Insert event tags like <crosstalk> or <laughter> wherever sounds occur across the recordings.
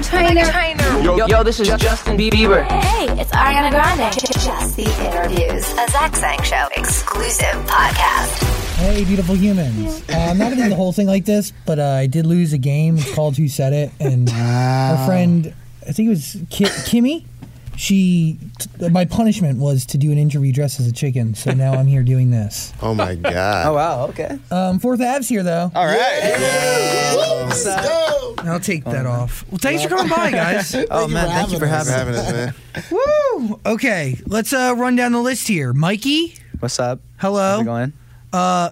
Trainer. Trainer. Yo, yo, this is Justin Bieber. Hey, it's Ariana Grande. Just the interviews, a Zach Sang Show exclusive podcast. Hey, beautiful humans. Uh, I'm not going to do the whole thing like this, but uh, I did lose a game. It's called Who Said It. And our friend, I think it was Ki- Kimmy, she, t- my punishment was to do an interview dressed as a chicken. So now I'm here doing this. <laughs> Oh my god. Oh wow, okay. Um, fourth Av's here, though. All right. I'll take that off. Well, thanks for coming by, guys. Oh man, thank you for Thanks having for us. having us, man. Woo! Okay, let's uh, run down the list here. Mikey, What's up? hello. How's it going? Uh,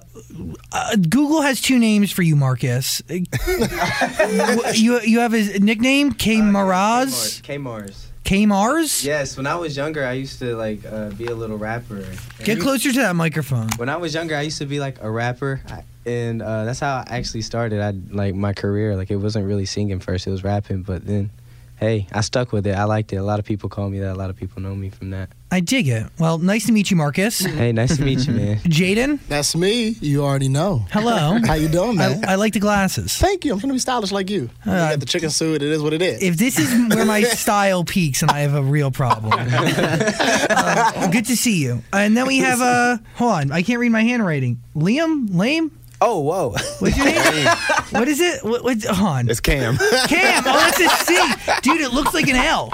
Google has two names for you, Marcus. <laughs> Uh, you you have his nickname, K Maraz. K Mars. K Mars. Yes, when I was younger, I used to like uh, be a little rapper. Get closer to that microphone. When I was younger, I used to be like a rapper, I- and uh, that's how I actually started. I like my career. Like it wasn't really singing first; it was rapping. But then, hey, I stuck with it. I liked it. A lot of people call me that. A lot of people know me from that. I dig it. Well, nice to meet you, Marcus. Hey, nice to meet you, man. Jaden, That's me. You already know. hello. How you doing, I, man? I like the glasses. Thank you. I'm trying to be stylish like you. you Uh, got the chicken suit. It is what it is. If this is where <laughs> my style peaks, and I have a real problem. Uh, good to see you. And then we have uh, hold on, I can't read my handwriting. Liam, lame. <laughs> Oh whoa. <laughs> What's your name? what is it? What, what's hold on? It's Cam. Cam. Oh, that's a C, dude. It looks like an L.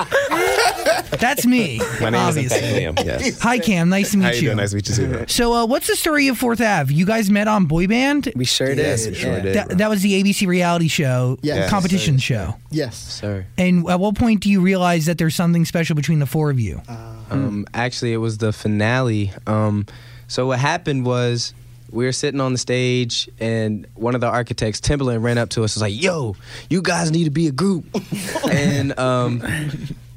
That's me. My name is obviously. in fact Liam. Yes. Hi, Cam. Nice to meet How you doing? Nice to meet you too. bro. so, uh, what's the story of Fourth Ave? You guys met on Boy Band. We sure did. Yes, we sure Yeah. did. That, bro. that was the ABC reality show Yes. competition show. yes. Sir. And at what point do you realize that there's something special between the four of you? Um, actually, it was the finale. Um, so what happened was we were sitting on the stage, and one of the architects, Timberland, ran up to us. and Was like, "Yo, you guys need to be a group." and um,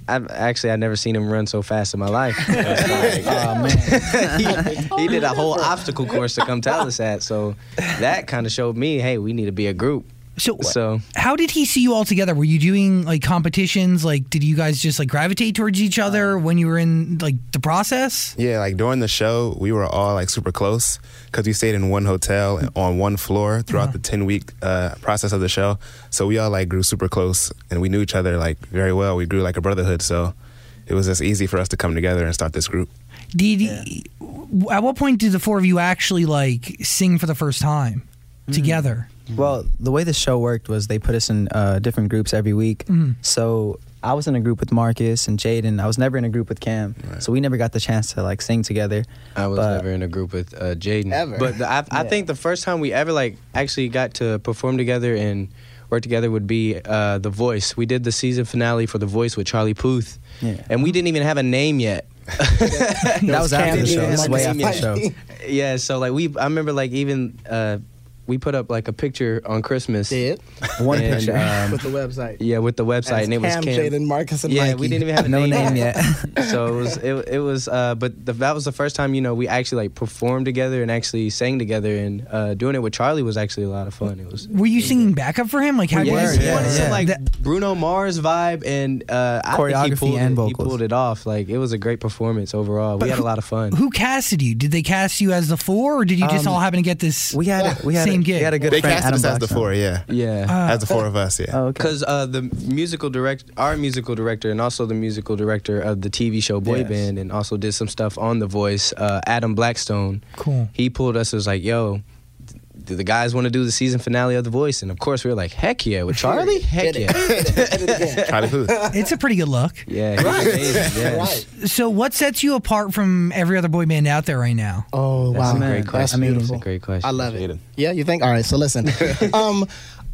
I've actually I've never seen him run so fast in my life. <laughs> he, he did a whole obstacle course to come tell us that. So that kind of showed me, hey, we need to be a group. So, So- how did he see you all together? Were you doing like competitions? Like, did you guys just like gravitate towards each other when you were in like the process? Yeah, like during the show, we were all like super close because we stayed in one hotel and on one floor throughout the ten week uh, process of the show. So we all like grew super close and we knew each other like very well. We grew like a brotherhood. So it was just easy for us to come together and start this group. Did w at what point did the four of you actually like sing for the first time together? Well, the way the show worked was they put us in uh, different groups every week. Mm-hmm. So I was in a group with Marcus and Jaden. I was never in a group with Cam. So we never got the chance to like sing together. I was But- never in a group with uh, Jaden Ever. But the, I, I think the first time we ever like actually got to perform together and work together would be uh, the Voice. We did the season finale for the Voice with Charlie Puth, Yeah. and we didn't even have a name yet. <laughs> that was after Cam the show. and This is way after the Marcus. show. yeah, so like we, I remember like even uh, we put up like a picture on Christmas. Did One And, picture. um, <laughs> with the website. yeah, with the website, and it was Cam, Cam. Jaden, Marcus, and yeah, Mikey. we didn't even have a no name yet. yet. <laughs> so it was it, it was uh but the, that was the first time you know we actually like performed together and actually sang together and uh doing it with charlie was actually a lot of fun it was Were you singing backup for him? Like, how yeah, did he you wanted some, yeah. like That- Bruno Mars vibe and uh, I think he Choreography pulled and it, He vocals. pulled it off. Like it was a great performance overall. But we had who- a lot of fun. Who casted you? Did they cast you as the four, or did you just Um, all happen to get this? We had a, we had Same a, gig. We had a good They friend, casted Adam us as the Blackstone. four, yeah, yeah. Ah. as the four of us, yeah. Oh, okay. Because uh, the musical direct, our musical director, and also the musical director of the TV show Boy Yes. Band, and also did some stuff on The Voice, uh, Adam Blackstone. Cool. He pulled us. Was like, yo. Do the guys want to do the season finale of The Voice? And of course, we were like, heck yeah, <laughs> with Charlie? Heck yeah. Charlie Puth. It's a pretty good look. Yeah, he was <laughs> amazing, yeah. So, what sets you apart from every other boy band out there right now? Oh That's wow, a great That's question. That's beautiful. a great question. I love it. Yeah, you think? All right, so <laughs> listen. um,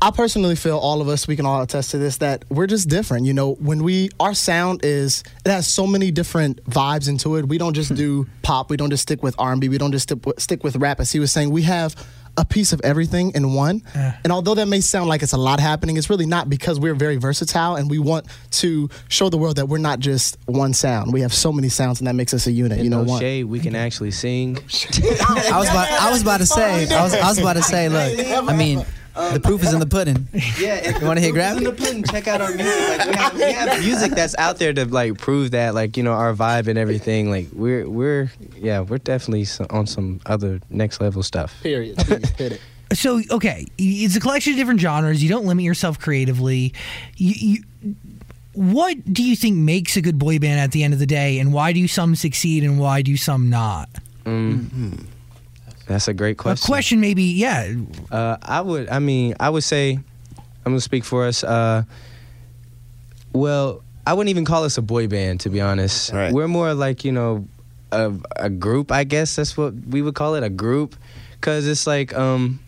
I personally feel all of us, we can all attest to this, that we're just different. You know, when we, our sound is, it has so many different vibes into it. We Hmm. don't just do pop. We don't just stick with R&B. We don't just stick with, stick with rap. As he was saying, we have a piece of everything in one. And although that may sound like it's a lot happening, it's really not because we're very versatile and we want to show the world that we're not just one sound. We have so many sounds and that makes us a unit. In you know no what? shade, we can actually sing. I was about, I was about to say, I was, I was about to say, <laughs> look, I mean, the proof is in the pudding. Yeah, You wanna hear Gravity? Check out our music. Like, we, have, we have <laughs> music that's out there to like prove that, like you know, our vibe and everything. Like we're we're yeah, we're definitely s- on some other next level stuff. Period. Hit it. so okay, it's a collection of different genres. You don't limit yourself creatively. You, you, what do you think makes a good boy band at the end of the day, and why do some succeed and why do some not? Mm. That's a great A question. question, maybe, yeah. Uh, I would. I mean, I would say, I'm gonna speak for us. Uh, well, I wouldn't even call us a boy band, to be honest. Right. We're more like you know, a, a group. I guess that's what we would call it, a group, because it's like um,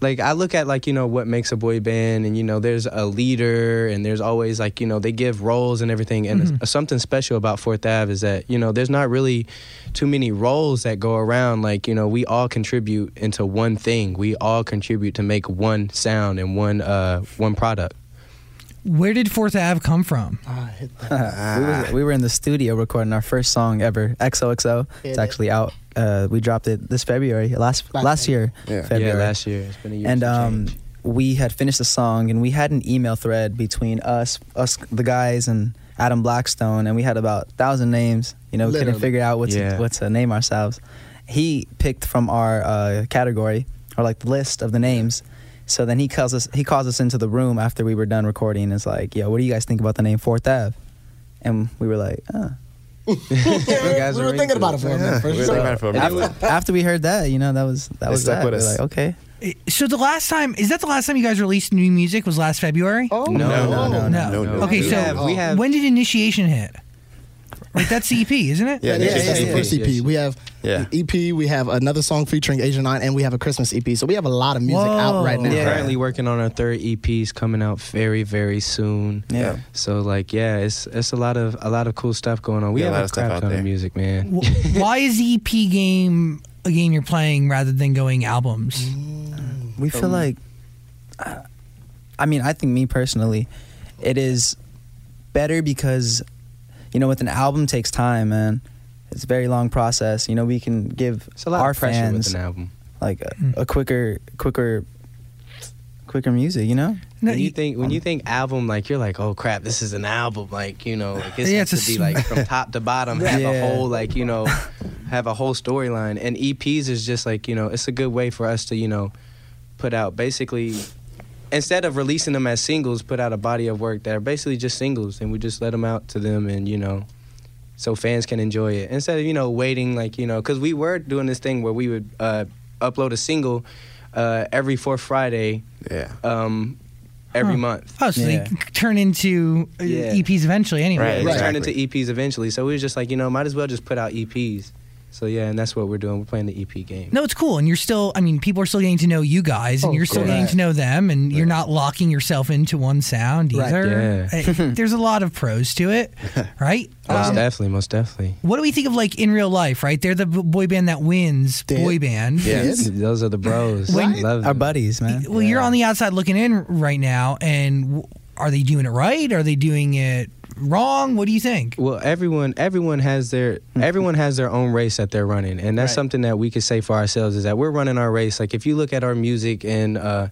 like I look at like you know what makes a boy band, and you know there's a leader, and there's always like you know they give roles and everything. And Mm-hmm. something special about Fourth Ave is that you know there's not really too many roles that go around. Like you know we all contribute into one thing. We all contribute to make one sound and one uh one product. Where did Fourth Ave come from? Ah, we, was, we were in the studio recording our first song ever, XOXO. It's Yeah. actually out. Uh, we dropped it this February, last Last last, year, Yeah. February. Yeah, last year it's been a year. and since um, change. we had finished the song, and we had an email thread between us, us the guys, and Adam Blackstone, and we had about thousand names. You know, we couldn't Literally. figure out what Yeah. to what to name ourselves. He picked from our uh, category or like the list of the names. So then he calls us. He calls us into the room after we were done recording. And is like, "Yo, what do you guys think about the name Fourth Ave?" And we were like, "Uh." guys we are were thinking into about it. it for a minute. We first. were thinking about it for a minute. After, <laughs> after we heard that, you know, that was that It was stuck that. with We were us. like, okay, So the last time is that the last time you guys released new music was last February? Oh, No, no, no, no, no, no. Okay, we so have, we have when did Initiation hit? Like that's the EP, isn't it? Yeah, Yeah, yeah, that's yeah, the yeah, first yeah. EP. We have Yeah. an EP. We have another song featuring Asia Nine, and we have a Christmas EP. So we have a lot of music out right Whoa. now. We're currently working on our third EP's coming out very very soon. Yeah. So like yeah, it's it's a lot of a lot of cool stuff going on. We Yeah, a have lot a of stuff crap out ton there. of music, man. Wh- Why is the EP game a game you're playing rather than going albums? we feel like. I mean, I think me personally, it is better because, you know, with an album takes time, man. It's a very long process. You know, we can give It's a lot our of pressure fans with an album. like a, a quicker, quicker, quicker music. You know, No, when you you- think when you think album, like you're like, oh crap, this is an album. Like you know, like this Yeah, yeah, it's to a be sm- like from top to bottom, have a Yeah. whole like you <laughs> know, have a whole storyline. And EPs is just like you know, it's a good way for us to you know, put out basically. Instead of releasing them as singles, put out a body of work that are basically just singles, and we just let them out to them, and you know, so fans can enjoy it instead of you know waiting like you know because we were doing this thing where we would uh, upload a single uh, every fourth Friday Yeah. um, every Huh. month. Oh, so Yeah. they c- turn into uh, Yeah. EPs eventually, anyway. It Right. turned into EPs eventually. So we was just like, you know, might as well just put out EPs. So yeah, and that's what we're doing. We're playing the EP game. No, it's cool, and you're still. I mean, people are still getting to know you guys, and Oh, you're still cool. getting to know them, and you're not locking yourself into one sound Right. either. Uh, There's a lot of pros to it, right? Most Um, definitely, most definitely. what do we think of like in real life? Right, they're the b- boy band that wins. They- boy band. Yes. Those are the bros. When- Love our them. buddies, man. Well, you're on the outside looking in right now, and w- are they doing it right? Are they doing it wrong? What do you think? Well, everyone everyone has their everyone has their own race that they're running, and that's Right. something that we could say for ourselves is that we're running our race. Like if you look at our music and uh,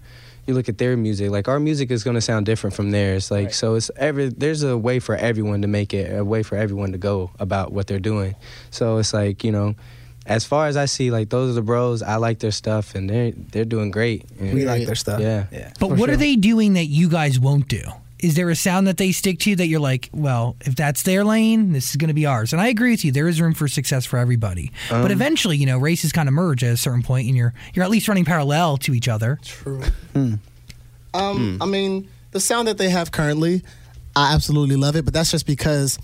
you look at their music, like our music is going to sound different from theirs. Like so, it's every there's a way for everyone to make it, a way for everyone to go about what they're doing. So it's like you know. As far as I see, like those are the bros. I like their stuff, and they're they're doing great. And- We like their stuff. Yeah. yeah. But what are they doing that you guys won't do? Is there a sound that they stick to that you're like, well, if that's their lane, this is going to be ours? And I agree with you. There is room for success for everybody, but eventually, you know, races kind of merge at a certain point, and you're you're at least running parallel to each other. Um, Hmm. I mean, the sound that they have currently, I absolutely love it, but that's just because.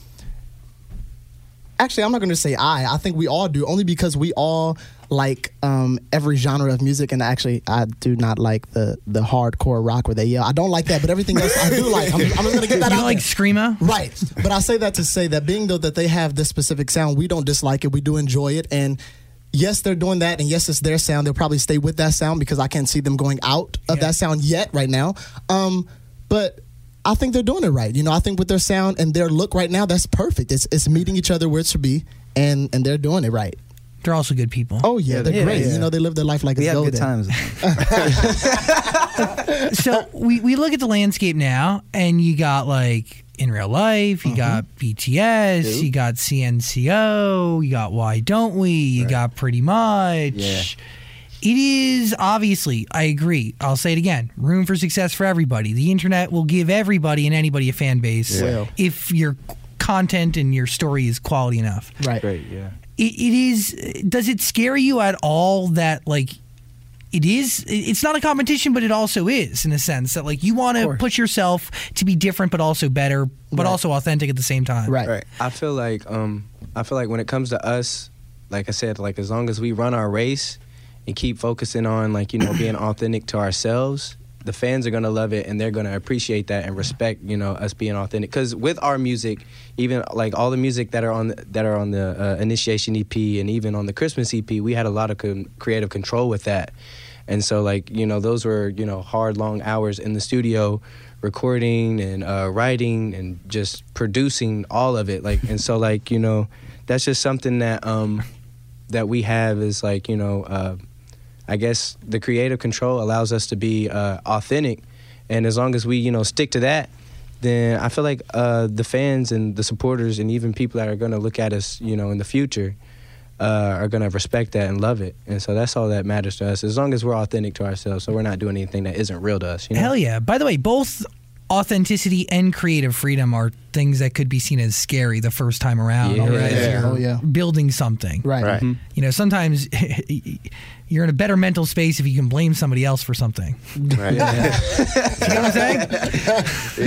Actually, I'm not going to say I. I think we all do, only because we all like um, every genre of music. And actually, I do not like the the hardcore rock where they yell. I don't like that, but everything else I do like. I'm, I'm just going to get that You out. know, like there. screamo. Right. But I say that to say that being though that they have this specific sound, we don't dislike it. We do enjoy it. And yes, they're doing that. And yes, it's their sound. They'll probably stay with that sound because I can't see them going out of Yeah. that sound yet right now. Um, but I think they're doing it right. You know, I think with their sound and their look right now, that's perfect. It's it's meeting each other where it should be and and they're doing it right. They're also good people. Oh yeah, they're yeah, great. yeah. You know, they live their life like We it's have golden. good <laughs> times. so we, we look at the landscape now and you got like in real life you got bts you got cnco you got why don't we you got pretty much It is obviously, I agree. I'll say it again room for success for everybody. The internet will give everybody and anybody a fan base Yeah. if your content and your story is quality enough. Right. Great, yeah. It, it is, does it scare you at all that, like, it is, it's not a competition, but it also is in a sense that, like, you want to course. push yourself to be different, but also better, but also authentic at the same time. Right. Right. I feel like um I feel like when it comes to us, like I said, like as long as we run our race and keep focusing on like you know being authentic to ourselves, the fans are gonna love it and they're gonna appreciate that and respect you know us being authentic. Because with our music, even like all the music that are on that are on the uh, initiation EP and even on the Christmas EP, we had a lot of con- creative control with that. And so, like, you know, those were, you know, hard, long hours in the studio recording and uh, writing and just producing all of it. Like, and so, like, you know, that's just something that, um, that we have is like, you know, uh, I guess the creative control allows us to be uh, authentic. And as long as we, you know, stick to that, then I feel like uh, the fans and the supporters and even people that are going to look at us, you know, in the future uh, are going to respect that and love it. And so that's all that matters to us. As long as we're authentic to ourselves, so we're not doing anything that isn't real to us. You know? Hell yeah. By the way, both authenticity and creative freedom are things that could be seen as scary the first time around. Yeah. or as Yeah. you're Oh, yeah. Building something. Right. Right. You know, sometimes <laughs> you're in a better mental space if you can blame somebody else for something. <laughs> Right. You know what I'm saying?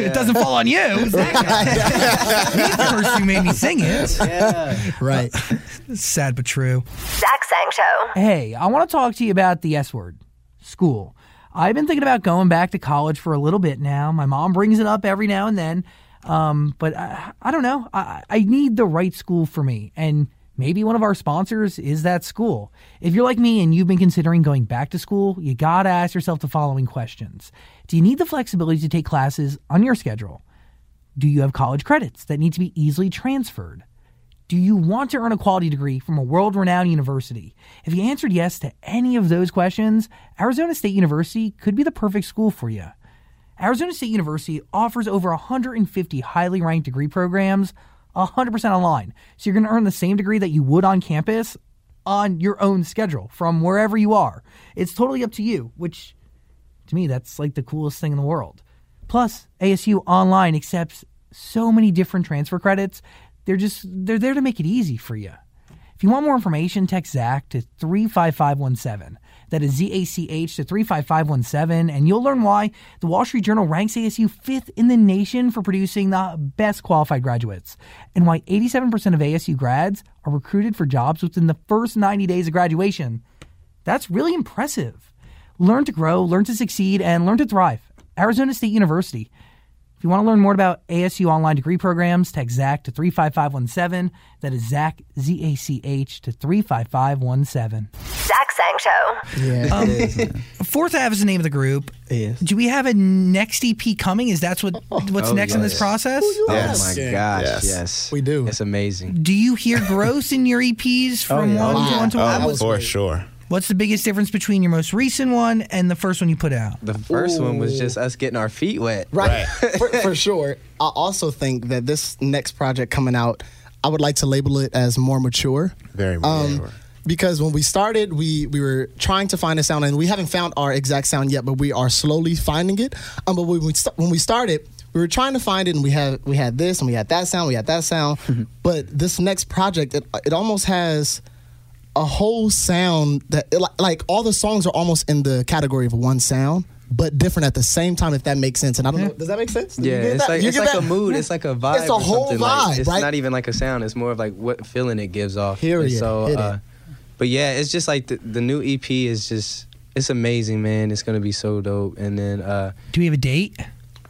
It doesn't fall on you. It's that guy. He's the person who made me sing it. Right. <laughs> Sad but true. Zach Sang Show. Hey, I want to talk to you about the S word school. I've been thinking about going back to college for a little bit now. My mom brings it up every now and then. Um, but I, I don't know. I, I need the right school for me. And maybe one of our sponsors is that school. If you're like me and you've been considering going back to school, you got to ask yourself the following questions Do you need the flexibility to take classes on your schedule? Do you have college credits that need to be easily transferred? Do you want to earn a quality degree from a world renowned university? If you answered yes to any of those questions, Arizona State University could be the perfect school for you. Arizona State University offers over 150 highly ranked degree programs 100% online. So you're going to earn the same degree that you would on campus on your own schedule from wherever you are. It's totally up to you, which to me, that's like the coolest thing in the world. Plus, ASU Online accepts so many different transfer credits. They're just they're there to make it easy for you. If you want more information, text Zach to 35517. That is ZACH to 35517, and you'll learn why the Wall Street Journal ranks ASU fifth in the nation for producing the best qualified graduates, and why 87% of ASU grads are recruited for jobs within the first 90 days of graduation. That's really impressive. Learn to grow, learn to succeed, and learn to thrive. Arizona State University. If you want to learn more about ASU online degree programs, text Zach to 35517. That is Zach, Z A C H, to 35517. Zach Sang Show. Yeah. Fourth Ave is the name of the group. Yes. Do we have a next EP coming? Is that's what what's Oh, next in this yes. process? Oh Yes. my gosh, Yeah. yes. Yes. We do. It's amazing. Do you hear growth in your EPs from yeah. one to one to Oh, one? for sure. What's the biggest difference between your most recent one and the first one you put out? The first one was just us getting our feet wet. Right. <laughs> for, for sure. I also think that this next project coming out, I would like to label it as more mature. Very Um, mature. because when we started, we, we were trying to find a sound, and we haven't found our exact sound yet, but we are slowly finding it. Um, but when we, st- when we started, we were trying to find it, and we had we had this, and we had that sound, we had that sound. Mm-hmm. but this next project, it, it almost has a whole sound that it, like, like all the songs are almost in the category of one sound, but different at the same time. If that makes sense, and I don't know, does that make sense? Did you Yeah, get it's that? like You it's get like that? a mood. It's like a vibe. It's a or whole something. Like, vibe, it's right? not even like a sound. It's more of like what feeling it gives off. Period. And So, Hit it. uh, but yeah, it's just like the, the new EP is just it's amazing, man. It's gonna be so dope. And then uh, Do we have a date?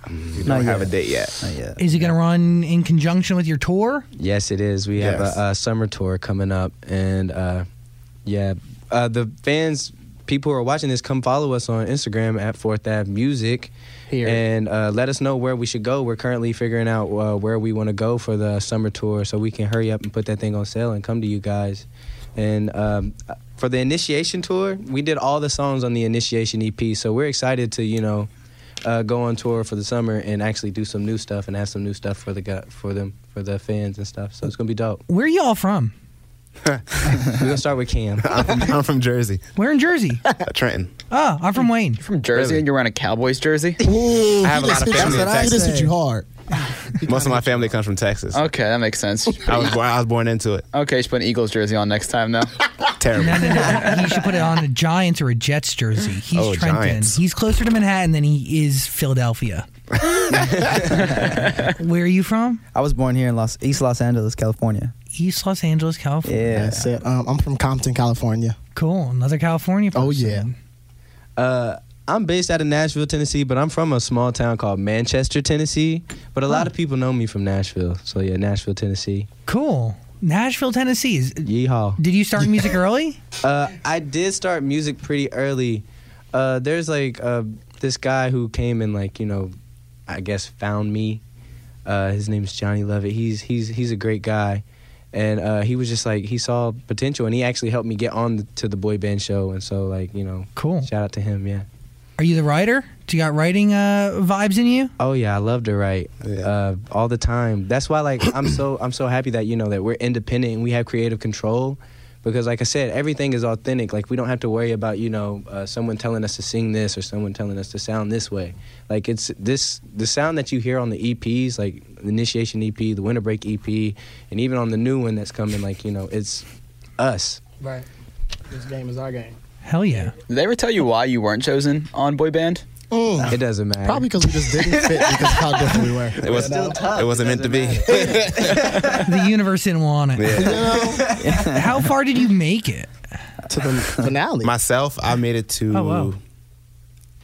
We don't have yet. a date yet. Not yet. Is it going to run in conjunction with your tour? yes, it is. We Yes. have a, a summer tour coming up, and uh, yeah, uh, the fans, people who are watching this, come follow us on Instagram at Fourth Ave Music. Here. And uh, let us know where we should go. We're currently figuring out uh, where we want to go for the summer tour so we can hurry up and put that thing on sale and come to you guys. And um, for the initiation tour, we did all the songs on the initiation EP. So we're excited to, you know, uh, go on tour for the summer and actually do some new stuff and have some new stuff for the gu- for them for the fans and stuff. So it's gonna be dope. Where are you all from? We're gonna start with Cam. I'm from, I'm from Jersey, We're in <laughs> Jersey. uh, Trenton. Ah, I'm from Wayne. From Jersey Really? and you're wearing a <laughs> Cowboys jersey? Ooh, I have a lot of he just hit- family in he just hit Texas. you <laughs> hard. Most <laughs> of my family comes from Texas. Okay, that makes sense. I was born. I was born into it. Okay, you should put an Eagles jersey on next time, though. Terrible. he should put it on a Giants or a Jets jersey. He's Oh, Trenton. Giants. He's closer to Manhattan than he is <laughs> Philadelphia. Where are you from? <laughs> I was born here in Los East Los Angeles, California. East Los Angeles, California. Yeah. That's it. Um, I'm from Compton, California. Cool. Another California person. Oh, yeah. Uh, I'm based out of Nashville, Tennessee, but I'm from a small town called Manchester, Tennessee. But a lot of people know me from Nashville, so yeah, Nashville, Tennessee. Cool. Nashville, Tennessee. Is, Yeehaw. did you start music early? Uh, I did start music pretty early. Uh, there's like uh, this guy who came and like you know, I guess found me. Uh, his name's Johnny Levitt. He's he's he's a great guy, and uh, he was just like he saw potential, and he actually helped me get on the, to the boy band show. And so like you know, Cool. Shout out to him. Yeah. Are you the writer? Do you got writing uh, vibes in you? Oh yeah, I love to write Yeah. uh, all the time. That's why like I'm so I'm so happy that you know that we're independent and we have creative control because like I said, everything is authentic. Like we don't have to worry about you know uh, someone telling us to sing this or someone telling us to sound this way. Like it's this the sound that you hear on the EPs, like the Initiation EP, the Winter Break EP, and even on the new one that's coming. Like you know, it's us. Right. This game is our game. Hell yeah. Did they ever tell you why you weren't chosen on boy band? It doesn't matter. Mm. Probably because we just didn't fit because of how different we were. It was. It wasn't meant to be. The universe didn't want it. <laughs> Yeah. How far did you make it? to the finale. <laughs> Myself, I made it to Oh, wow.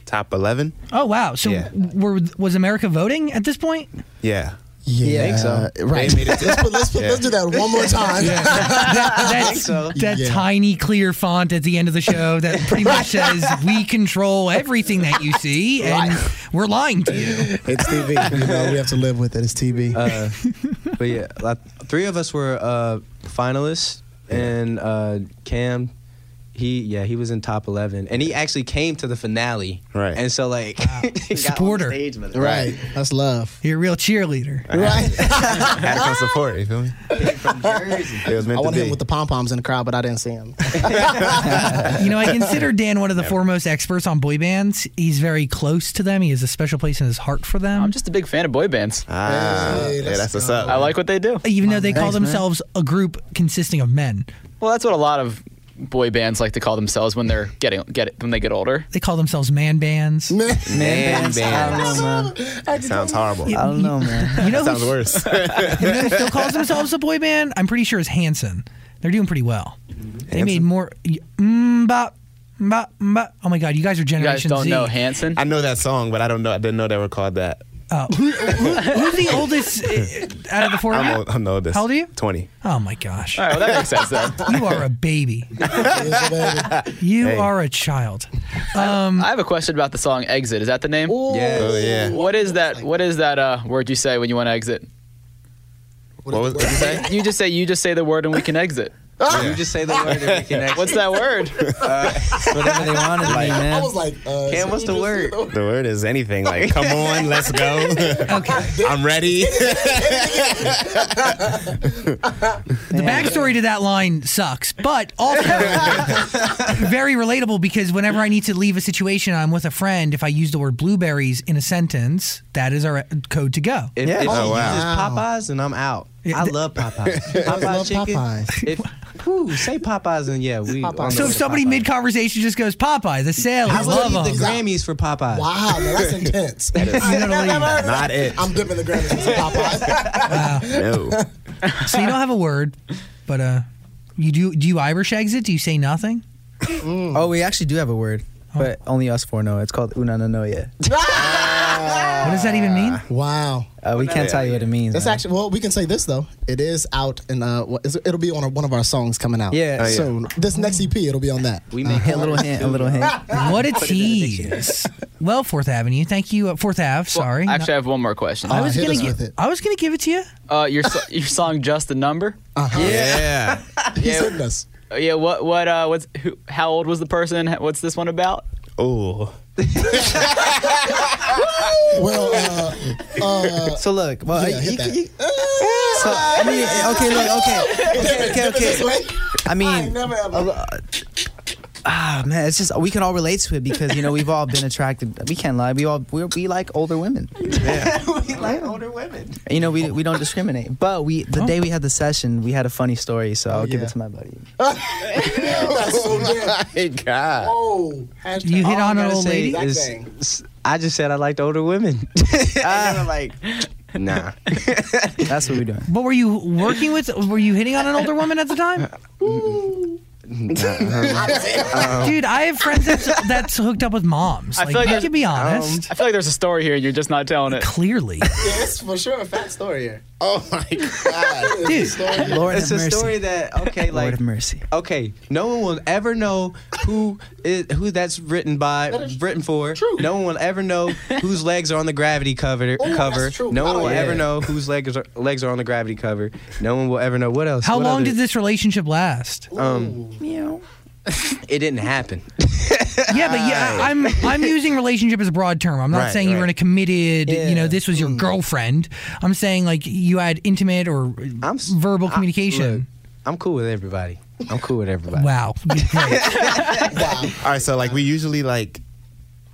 top eleven. Oh wow. So Yeah. were, was America voting at this point? Yeah. yeah, think so. right. They made it to- let's, put, let's, put, let's do that one more time. <laughs> That's, that Yeah. tiny clear font at the end of the show that pretty much says we control everything that you see and we're lying to <laughs> you. It's TV. You know, we have to live with it. It's TV. Uh, but yeah, like, three of us were uh, finalists, and uh, Cam, he yeah he was in top eleven, and he actually came to the finale. Right. And so like, <laughs> he got on Supporter. stage with us. right. That's love. You're a real cheerleader. Right. I had to come support. You feel me? It was meant I to want be. him with the pom poms in the crowd, but I didn't see him. <laughs> You know, I consider Dan one of the foremost experts on boy bands. He's very close to them. He has a special place in his heart for them. I'm just a big fan of boy bands. ah, Hey, yeah, that's let's what's up. I like what they do. even though they call Thanks, man. themselves a group consisting of men, Well, that's what a lot of boy bands like to call themselves when they're getting get when they get older. they call themselves man bands. Man Man, bands, I don't bands. know, man. That sounds horrible. I don't know, man. You know, Sounds who, worse. you know who still calls themselves a boy band? I'm pretty sure is Hanson. They're doing pretty well. They made more. Mm, bop, bop, bop. Oh my God, you guys are You Generation guys don't Z. know Hanson? I know that song, but I don't know. I didn't know they were called that. Oh, who, who, who's the oldest uh, out of the four? of I'm, you? old, I'm the oldest. How old are you? Twenty. Oh my gosh. All right, well that makes sense then. You are a baby. You are a child. Um, I have a question about the song "Exit." Is that the name? Yeah. <laughs> Oh yeah. What is that? What is that uh, word you say when you want to exit? What was what you say? You just say you just say the word and we can exit. <laughs> You just say the word and we connect. What's that word? Whatever they wanted to be, I man. Oh. was like, uh, Cam, what's the word? The word is anything. Like, come on, let's go. I'm ready. The backstory to that line sucks, but also very relatable because whenever I need to leave a situation, I'm with a friend. If I use the word blueberries in a sentence, that is our code to go. If, if Oh, he wow. uses Popeyes, and I'm out. Yeah, I th- love Popeyes. Popeyes love chicken. <laughs> Popeyes. If, whew, say Popeyes and yeah, we. Popeyes. on the So way if to somebody Popeyes. mid conversation just goes Popeye, the sailor, I would love eat the him. Grammys for Popeyes. wow, man, that's intense. <laughs> You gotta leave. Not it. I'm dipping the Grammys into Popeyes. No. So you don't have a word, but uh, you do. Do you Irish exit? Do you say nothing? Oh, we actually do have a word, but only us four know. it. It's called una no no yeah. What does that even mean? Wow. Uh, we can't tell you what it means. That's man. actually well. We can say this though. It is out, and uh, what is it- it'll be on a, one of our songs coming out. Yeah. Oh, yeah. soon. This next EP, it'll be on that. We make a little hint, a <laughs> little hint. What a tease. Well, Fourth Avenue, thank you, uh, Fourth Ave. <laughs> Sorry, Actually, I have one more question. I Uh, was hit gonna us gi- with it. I was gonna give it to you. Uh, your so- your song "Just a Number." Yeah. Uh-huh. <laughs> He's hitting us. Uh, yeah. What what uh what's who, how old was the person? What's this one about? Oh. Well, uh, So look, well, Yeah, you, hit you, So I mean, okay, look, okay, okay, okay, okay. I mean, Never ever. ah, man, it's just we can all relate to it because you know we've all been attracted. We can't lie, we all we we like older women. <laughs> we like older women. You know, we we don't discriminate. But we the day we had the session, we had a funny story, so I'll give yeah. it to my buddy. <laughs> That's so good. My God. Oh, hashtag. You hit All I on an gotta old say lady. Exact is- thing. s- I just said I liked older women. I'm like, nah. Ah. <laughs> That's what <laughs> we're doing. But were you working with? Were you hitting on an older woman at the time? Dude, I have friends that's, that's hooked up with moms. I Like, feel like you there's- can be honest. I feel like there's a story here. You're just not telling it. Clearly, Yeah, it's for sure a fat story here. Oh my God. dude. Lord It's have a mercy. story that okay, Lord like have mercy. okay, no one will ever know who is, who that's written by, is written for. true. No one will ever know whose legs are on the gravity cover. that's cover. true. No one Oh, will yeah. ever know whose legs are, legs are on the gravity cover. No one will ever know what else. How what long other- did this relationship last? It didn't happen. yeah, but yeah, I'm I'm using relationship as a broad term. I'm not Right, saying you were right. in a committed. You know, Yeah. this was your girlfriend. I'm saying like you had intimate or I'm s- verbal I- look, communication. I'm cool with everybody. I'm cool with everybody. wow. Great. All right, so like we usually like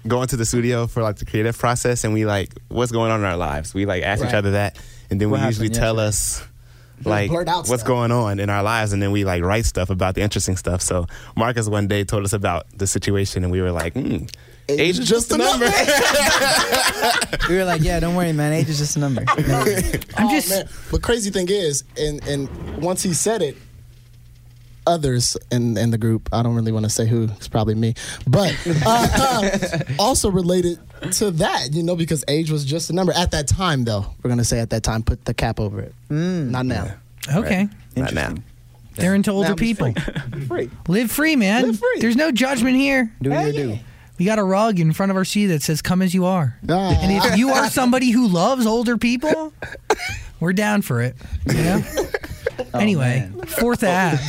go into the studio for like the creative process, and we like what's going on in our lives. We like ask each Right. other that, and then What we happened usually tell us like blurt out what's stuff. going on in our lives, and then we like write stuff about the interesting stuff. So Marcus one day told us about the situation, and we were like, mm, "Age is just a number." We were like, yeah, don't worry, man. Age is just a number. I'm just. Man, but crazy thing is, and and once he said it, others in in the group, I don't really want to say who, it's probably me, but uh, uh, also related to that, you know, because age was just a number at that time. Though we're gonna say at that time, put the cap over it. Not now. Okay. <laughs> Not now. They're into older Now I'm just people. Free. Live free, man. Live free. There's no judgment here. Do what you do. We got a rug in front of our seat that says "Come as you are." Ah. And if you <laughs> are somebody who loves older people, we're down for it. You know? Oh, anyway, fourth app.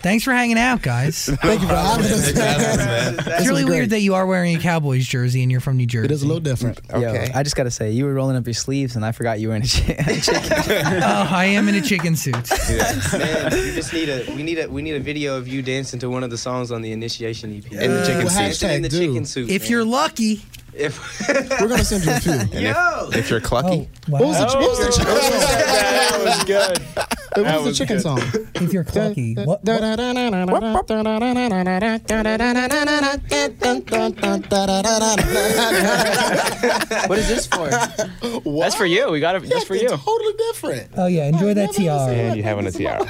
Thanks for hanging out, guys. Thank you for having us. It's really great. weird that you are wearing a Cowboys jersey and you're from New Jersey. It is a little different. Okay. Yo, I just gotta say, you were rolling up your sleeves, and I forgot you were in a chick. oh, I am in a chicken <laughs> suit. Man, we just need a we need a we need a video of you dancing to one of the songs on the initiation EP. In the chicken Uh, suit. hashtag in the dude. chicken suit. If man. you're lucky. if We're gonna send you a few. And <laughs> if- Yo! if, you're Oh, clucky, wow. What <laughs> was the, what was the, chi- that was good. what was That the was chicken good. song? if you're clucky, what, what is this <laughs> for? That's for you. We got it. That's for you. Totally different. Oh yeah, enjoy that TR. and you having a tiara.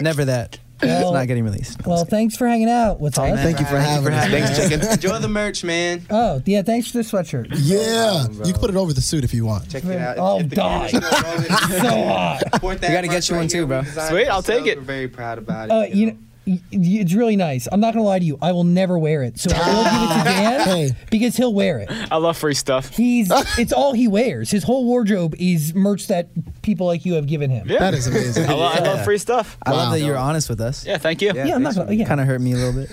Never that. Well- it's not getting released. Well, thanks for hanging out with us. Thank you for having us. Thanks, chicken. enjoy the merch, man. Oh yeah, thanks for the sweatshirt. Yeah, you can put it over the suit if you want. Check it out. Oh, If the camera's <laughs> God. still rolling, So hot. support that We gotta get merch you one right too, here. bro. We designed Sweet, I'll ourselves. take it. We're very proud about it. Uh, you know, y- y- it's really nice. I'm not gonna lie to you. I will never wear it, so I will give <laughs> it to Dan Hey. because he'll wear it. I love free <laughs> stuff. He's it's all he wears. His whole wardrobe is merch that people like you have given him. Yeah. That is <laughs> amazing. I, lo- I love free stuff. I love Wow. that you're honest with us. Yeah, thank you. Yeah, I'm not gonna. Yeah, Kind of hurt me a little bit.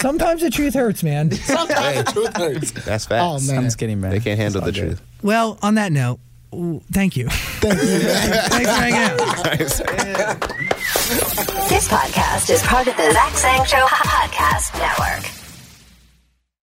sometimes the truth hurts, <laughs> man. Sometimes the truth hurts. That's Oh facts. man, I'm just kidding, man. They can't handle the It's all truth. well, on that note, w- thank you. <laughs> thanks for hanging out. This podcast is part of the Zach Sang Show Podcast Network.